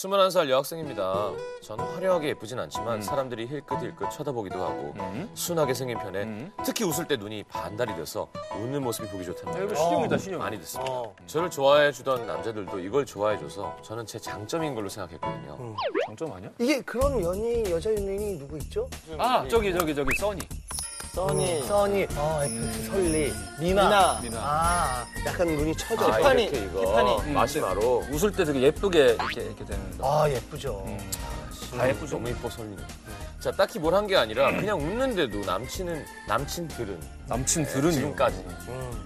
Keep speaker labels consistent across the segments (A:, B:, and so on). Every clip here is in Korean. A: 21살 여학생입니다. 전 화려하게 예쁘진 않지만 사람들이 힐끗힐끗 쳐다보기도 하고 순하게 생긴 편에 특히 웃을 때 눈이 반달이 돼서 웃는 모습이 보기 좋답니다.
B: 이거 신형이다, 신형.
A: 많이 듣습니다. 저를 아, 좋아해 주던 남자들도 이걸 좋아해 줘서 저는 제 장점인 걸로 생각했거든요.
B: 장점 아니야?
C: 이게 그런 연예인 여자 연예인이 누구 있죠?
B: 아, 저기, 저기, 저기, 써니.
C: 써니, 써니, 어, FX
D: 음.
C: 설리, 미나,
B: 미나.
C: 아, 약간 눈이 처져.
A: 아,
C: 티파니.
A: 이렇게 이거
C: 티파니.
A: 마시마로
B: 웃을 때 되게 예쁘게 이렇게, 이렇게 되는 거.
C: 아 예쁘죠.
D: 음.
A: 다 예쁘죠. 음. 너무 예뻐 설리는. 자, 딱히 뭘 한 게 아니라 그냥 웃는데도 남친은 남친들은
B: 남친들은.
A: 지금까지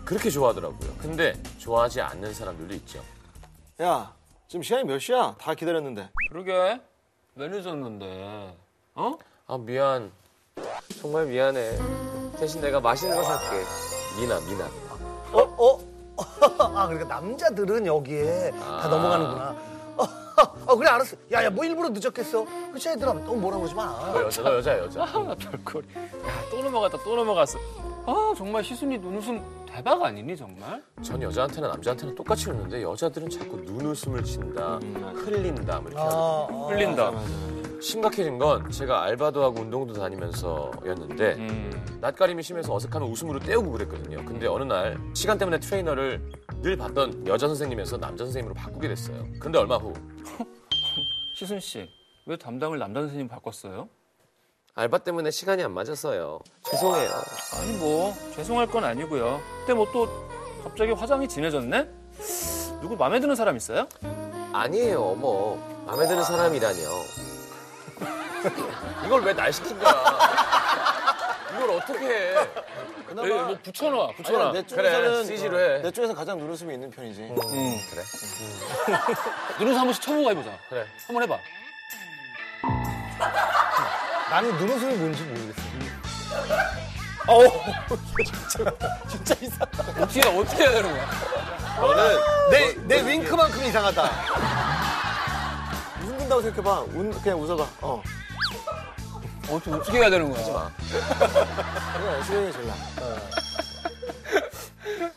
A: 그렇게 좋아하더라고요. 근데 좋아하지 않는 사람들도 있죠.
D: 야, 지금 시간이 몇 시야? 다 기다렸는데.
B: 그러게. 왜 늦었는데. 어?
A: 아 미안. 정말 미안해. 대신 내가 맛있는 거 살게. 미나 미나.
C: 어, 어, 아 그러니까 남자들은 여기에
A: 아.
C: 다 넘어가는구나. 어, 어, 그래 알았어. 야야 뭐 일부러 늦었겠어. 그치 얘들아, 너 뭐라 그러지 마.
A: 너 여자 너 여자 여자.
B: 아, 별꼴. 야, 또 넘어갔다, 또 넘어갔어. 아, 정말 시순이 눈웃음 대박 아니니, 정말?
A: 전 여자한테나 남자한테나 똑같이 웃는데 여자들은 자꾸 눈웃음을 친다, 흘린다, 뭐 이렇게
D: 어.
C: 아,
A: 하거든요.
C: 아.
B: 흘린다.
A: 심각해진 건 제가 알바도 하고 운동도 다니면서였는데
B: 음.
A: 낯가림이 심해서 어색함을 웃음으로 때우고 그랬거든요. 근데 어느 날 시간 때문에 트레이너를 늘 봤던 여자 선생님에서 남자 선생님으로 바꾸게 됐어요. 근데 얼마 후
B: 시순 씨, 왜 담당을 남자 선생님 바꿨어요?
A: 알바 때문에 시간이 안 맞았어요. 죄송해요.
B: 아니 뭐 죄송할 건 아니고요. 근데 뭐 또 갑자기 화장이 진해졌네? 누구 마음에 드는 사람 있어요?
A: 아니에요, 어머. 마음에 드는 사람이라니요. 이걸 왜 날 시킨 거야? 이걸 어떻게 해?
B: 에이, 뭐 붙여놔, 붙여놔.
D: 아니야, 내
A: 그래,
D: 쪽에서는 어,
A: CG로 해.
D: 내 쪽에서 가장 눈웃음이 있는 편이지.
C: 어.
B: 응.
A: 그래.
B: 눈에서 한 번씩 쳐보고 해보자.
A: 그래.
B: 한번 해봐.
C: 나는 눈웃음이 뭔지 모르겠어.
B: 어떻게 어떻게 해야 되는 거야?
A: 너는
C: 내 내 윙크만큼 이상하다.
D: 웃는다고 생각해봐. 웃, 그냥 웃어봐. 어.
B: 어떻게 어떻게 해야 되는 거야?
D: 그래, 시간이 졸라.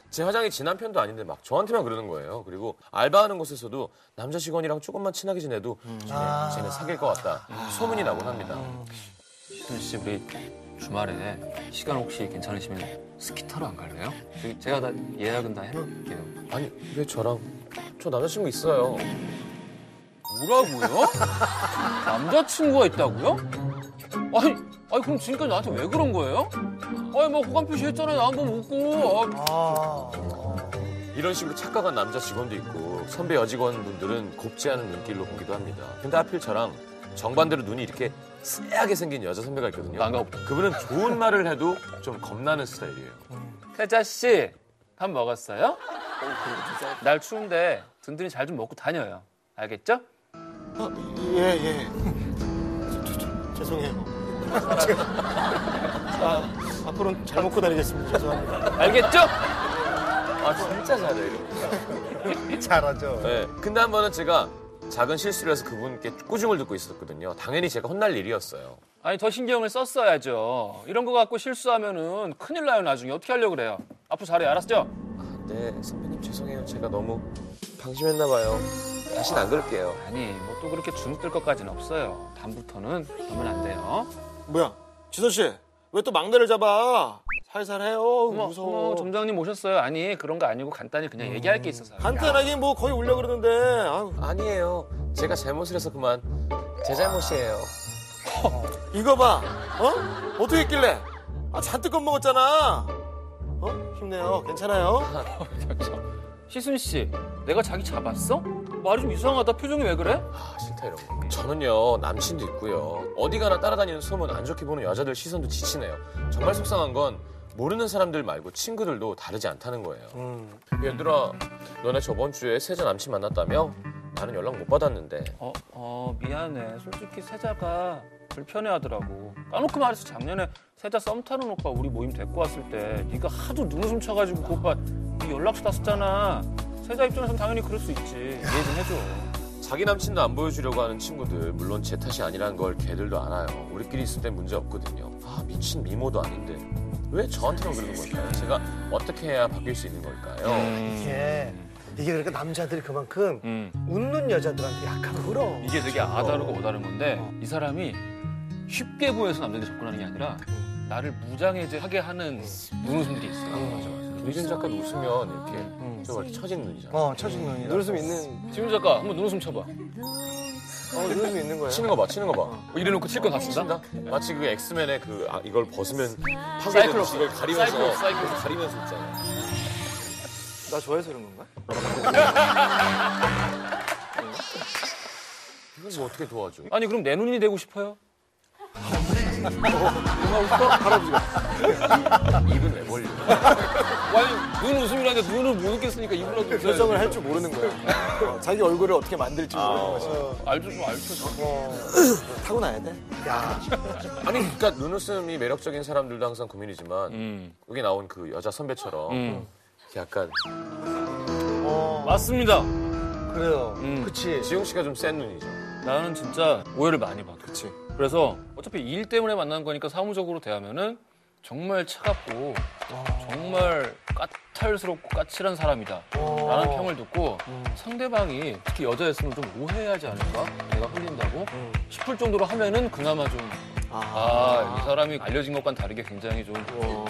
A: 제 화장이 진한 편도 아닌데 막 저한테만 그러는 거예요. 그리고 알바하는 곳에서도 남자 직원이랑 조금만 친하게 지내도
D: 음.
A: 쟤네,
C: 아.
A: 쟤네 사귈 것 같다. 소문이 나곤 합니다.
B: 시순 씨 우리 주말에 시간 혹시 괜찮으시면 스키 타러 안 갈래요? 저기 제가 다 예약은 다 해놓을게요.
A: 아니 왜 저랑 저 남자친구 있어요.
B: 뭐라고요? 남자친구가 있다고요? 아니, 아니 그럼 지금까지 나한테 왜 그런 거예요? 아니 막 호감 표시했잖아요. 나 한번 웃고. 아,
C: 아,
A: 이런 식으로 착각한 남자 직원도 있고 선배 여직원분들은 곱지 않은 눈길로 보기도 합니다. 근데 하필 저랑 정반대로 눈이 이렇게 쎄하게 생긴 여자 선배가 있거든요.
B: 난가 보다.
A: 그분은 좋은 말을 해도 좀 겁나는 스타일이에요.
B: 태자 씨, 밥 먹었어요? 날 추운데 든든히 잘 좀 먹고 다녀요. 알겠죠?
D: 어, 예, 예. 저, 저, 저, 죄송해요. 아, 앞으로는 잘 먹고 다니겠습니다. 죄송합니다.
B: 알겠죠?
A: 아 진짜 잘해요.
C: 잘하죠.
A: 네. 근데 한 번은 제가 작은 실수를 해서 그분께 꾸중을 듣고 있었거든요. 당연히 제가 혼날 일이었어요.
B: 아니 더 신경을 썼어야죠. 이런 거 갖고 실수하면은 큰일 나요 나중에 어떻게 하려고 그래요? 앞으로 잘해 알았죠?
A: 아, 네 선배님 죄송해요. 제가 너무 방심했나 봐요. 다신 안 그럴게요.
B: 아니 뭐 또 그렇게 주눅들 것까지는 없어요. 다음부터는 그러면 안 돼요.
D: 뭐야? 지선 씨, 왜 또 막내를 잡아? 살살 해요.
B: 어머,
D: 무서워. 음.
B: 어머, 점장님 오셨어요. 아니 그런 거 아니고 간단히 그냥 얘기할 게 있어서.
D: 간단하게 뭐 거의 울려 그러는데. 아유,
A: 아니에요. 제가 잘못을 해서 그만. 제 잘못이에요.
D: 이거 봐. 어? 어떻게 했길래? 아, 잔뜩 겁먹었잖아. 어? 힘내요. 괜찮아요.
B: 시순 씨, 내가 자기 잡았어? 말이 좀 이상하다. 표정이 왜 그래?
A: 아 싫다 이런 거. 저는요 남친도 있고요. 어디 가나 따라다니는 소문 안 좋게 보는 여자들 시선도 지치네요. 정말 속상한 건 모르는 사람들 말고 친구들도 다르지 않다는 거예요. 얘들아 너네 저번 주에 세자 남친 만났다며? 나는 연락 못 받았는데.
B: 어, 어 미안해. 솔직히 세자가 불편해하더라고. 까놓고 말해서 작년에 세자 썸 타는 오빠 우리 모임 데리고 왔을 때 네가 하도 눈웃음 쳐가지고 그 오빠 네 연락처 다 썼잖아. 세자 입장에선 당연히 그럴 수 있지. 이해 좀 해줘.
A: 자기 남친도 안 보여주려고 하는 친구들 물론 제 탓이 아니라는 걸 걔들도 알아요 우리끼리 있을 땐 문제 없거든요 아 미친 미모도 아닌데
C: 음.
A: 왜 저한테만 그러는 걸까요 제가 어떻게 해야 바뀔 수 있는 걸까요
C: 이게 이게 그러니까 남자들이 그만큼 웃는 여자들한테 약한 그럼
B: 음, 이게 되게 아다르고 오다른 건데 이 사람이 쉽게 보여서 남자들 접근하는 게 아니라 나를 무장해제하게 하는 눈웃음들이 있어요.
A: 유진 작가도 웃으면 이렇게 저거 이렇게 처진 눈이잖아.
C: 어 처진 눈이
D: 눈웃음 있는
B: 지훈 작가 한번 눈웃음 쳐봐.
D: 어 눈웃음 있는 거야.
A: 치는 거 봐, 치는 거 봐.
B: 뭐 이래놓고 칠건 다 친다?
A: 친다? 마치 그 엑스맨의 그 아, 이걸 벗으면
B: 사이클롭스.
A: 이걸 가리면서
B: 사이클롭스, 사이클롭스.
A: 가리면서 웃잖아. 어.
D: 나 좋아해서 그런 건가?
A: 이걸 뭐 어떻게 도와줘?
B: 아니 그럼 내 눈이 되고 싶어요?
A: 입은 왜 벌려?
B: 아니 눈 웃음이라는데 눈을 못 웃겠으니까 입으로 웃어야지.
D: 표정을 할 줄 모르는 거야. 어, 자기 얼굴을 어떻게 만들지 모르는 거지.
B: 아.
D: 어.
B: 알죠 좀 알죠.
D: 타고나야 돼?
A: 아니 그러니까 눈웃음이 매력적인 사람들도 항상 고민이지만
B: 음.
A: 여기 나온 그 여자 선배처럼 약간
B: 맞습니다.
C: 그래요 그치
A: 지용 씨가 좀 센 눈이죠.
B: 음.
A: 음.
B: 나는 진짜 오해를 많이 받아.
D: 그치.
B: 그래서 어차피 일 때문에 만난 거니까 사무적으로 대하면은 정말 차갑고 정말 까탈스럽고 까칠한 사람이다 라는 평을 듣고 상대방이 특히 여자였으면 좀 오해하지 않을까 내가 흘린다고 싶을 정도로 하면은 그나마 좀 아 이 사람이 알려진 것과는 다르게 굉장히 좀 그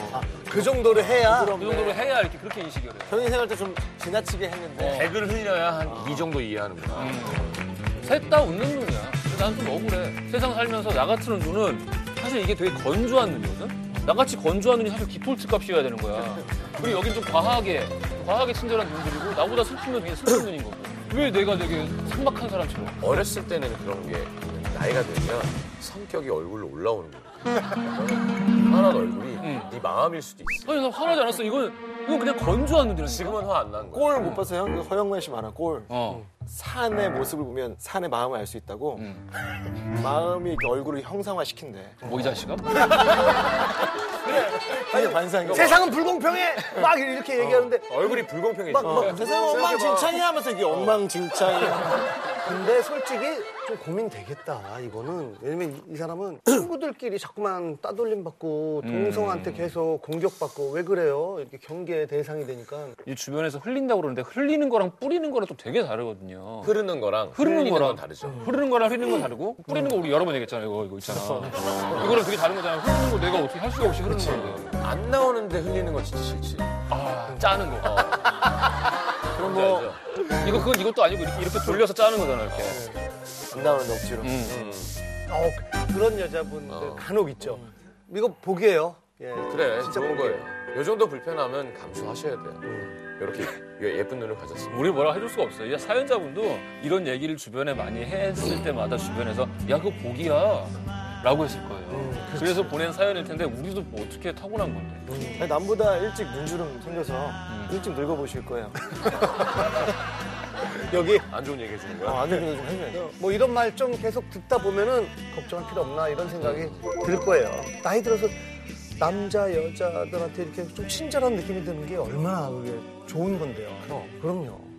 C: 그 정도로 해야
B: 정도로 해야 이렇게 그렇게 인식이 돼요
D: 형이 생각할 때 좀 지나치게 했는데.
A: 액을 흘려야 한 이 정도 이해하는구나.
B: 셋 다 웃는 눈이야. 난 좀 억울해. 세상 살면서 나 같은 눈은 사실 이게 되게 건조한 눈이거든? 나같이 건조한 눈이 사실 디폴트 값이어야 되는 거야. 그리고 여긴 좀 과하게, 과하게 친절한 눈들이고, 나보다 슬픈 눈은 되게 슬픈 눈인 거고. 왜 내가 되게 삭막한 사람처럼.
A: 어렸을 때는 그런 게 나이가 들면 성격이 얼굴로 올라오는 거예요. 화난 얼굴이 네 마음일 수도 있어.
B: 아니, 나 화나지 않았어. 이건, 이건 그냥 건조한 눈이라니까.
A: 지금은 화 안 나는 거야.
D: 꼴 못 봤어요? 그 허영만 씨 많아, 꼴.
B: 어.
D: 산의 모습을 보면 산의 마음을 알 수 있다고. 마음이 이렇게 얼굴을 형상화시킨대.
B: 뭐, 이 자식아?
D: 아니, 반사인 거.
C: 세상은 불공평해 막 이렇게 얘기하는데
A: 얼굴이 불공평해져.
C: 막, 막
D: 뭐, 세상 엉망진창이야 하면서 이게 엉망진창이야.
C: 근데 솔직히 좀 고민되겠다 이거는 왜냐면 이- 이 사람은 친구들끼리 자꾸만 따돌림 받고 동성한테 계속 공격받고 왜 그래요 이렇게 경계의 대상이 되니까
B: 이 주변에서 흘린다고 그러는데, 흘리는 거랑 뿌리는 거랑 좀 되게 다르거든요.
A: 흐르는 거랑
B: 흐르는
A: 흘리는
B: 거랑
A: 건
B: 음.
A: 다르죠.
B: 흐르는 거랑 흐리는 건 다르고 뿌리는 거 우리 여러 번 얘기했잖아요. 이거 이거 있잖아. 이거랑 되게 다른 거잖아. 흐르는 거 내가 어떻게 할 수가 없이 흐르는 건데.
A: 안 나오는데 흘리는 건 진짜 싫지.
B: 아, 짜는 거.
A: 그런 거.
B: 뭐 이거 그건 이것도 아니고 이렇게, 이렇게 돌려서 짜는 거잖아. 이렇게.
D: 안 나오는데 억지로.
C: 어, 그런 여자분들 간혹 있죠 이거 보기예요 예
A: 그래,
C: 진짜
A: 좋은
C: 보기예요.
A: 거예요. 요 정도 불편하면 감수하셔야 돼요. 이렇게 예쁜 눈을 가졌습니다.
B: 우리 뭐라 해줄 수가 없어요. 이 사연자분도 이런 얘기를 주변에 많이 했을 때마다 주변에서 야 그거 복이야 라고 했을 거예요. 음, 그래서 보낸 사연일 텐데 우리도 뭐 어떻게 타고난 건데.
D: 아니, 남보다 일찍 눈주름 생겨서 일찍 늙어보실 거예요.
C: 여기
A: 안 좋은 얘기 해주는
D: 어,
A: 거야?
D: 안 늙어도 좀 해줘야 돼.
C: 뭐 이런 말 좀 계속 듣다 보면은 걱정할 필요 없나 이런 생각이 들 거예요. 나이 들어서 남자 여자들한테 이렇게 좀 친절한 느낌이 드는 게 얼마나 그게 좋은 건데요. 그럼요.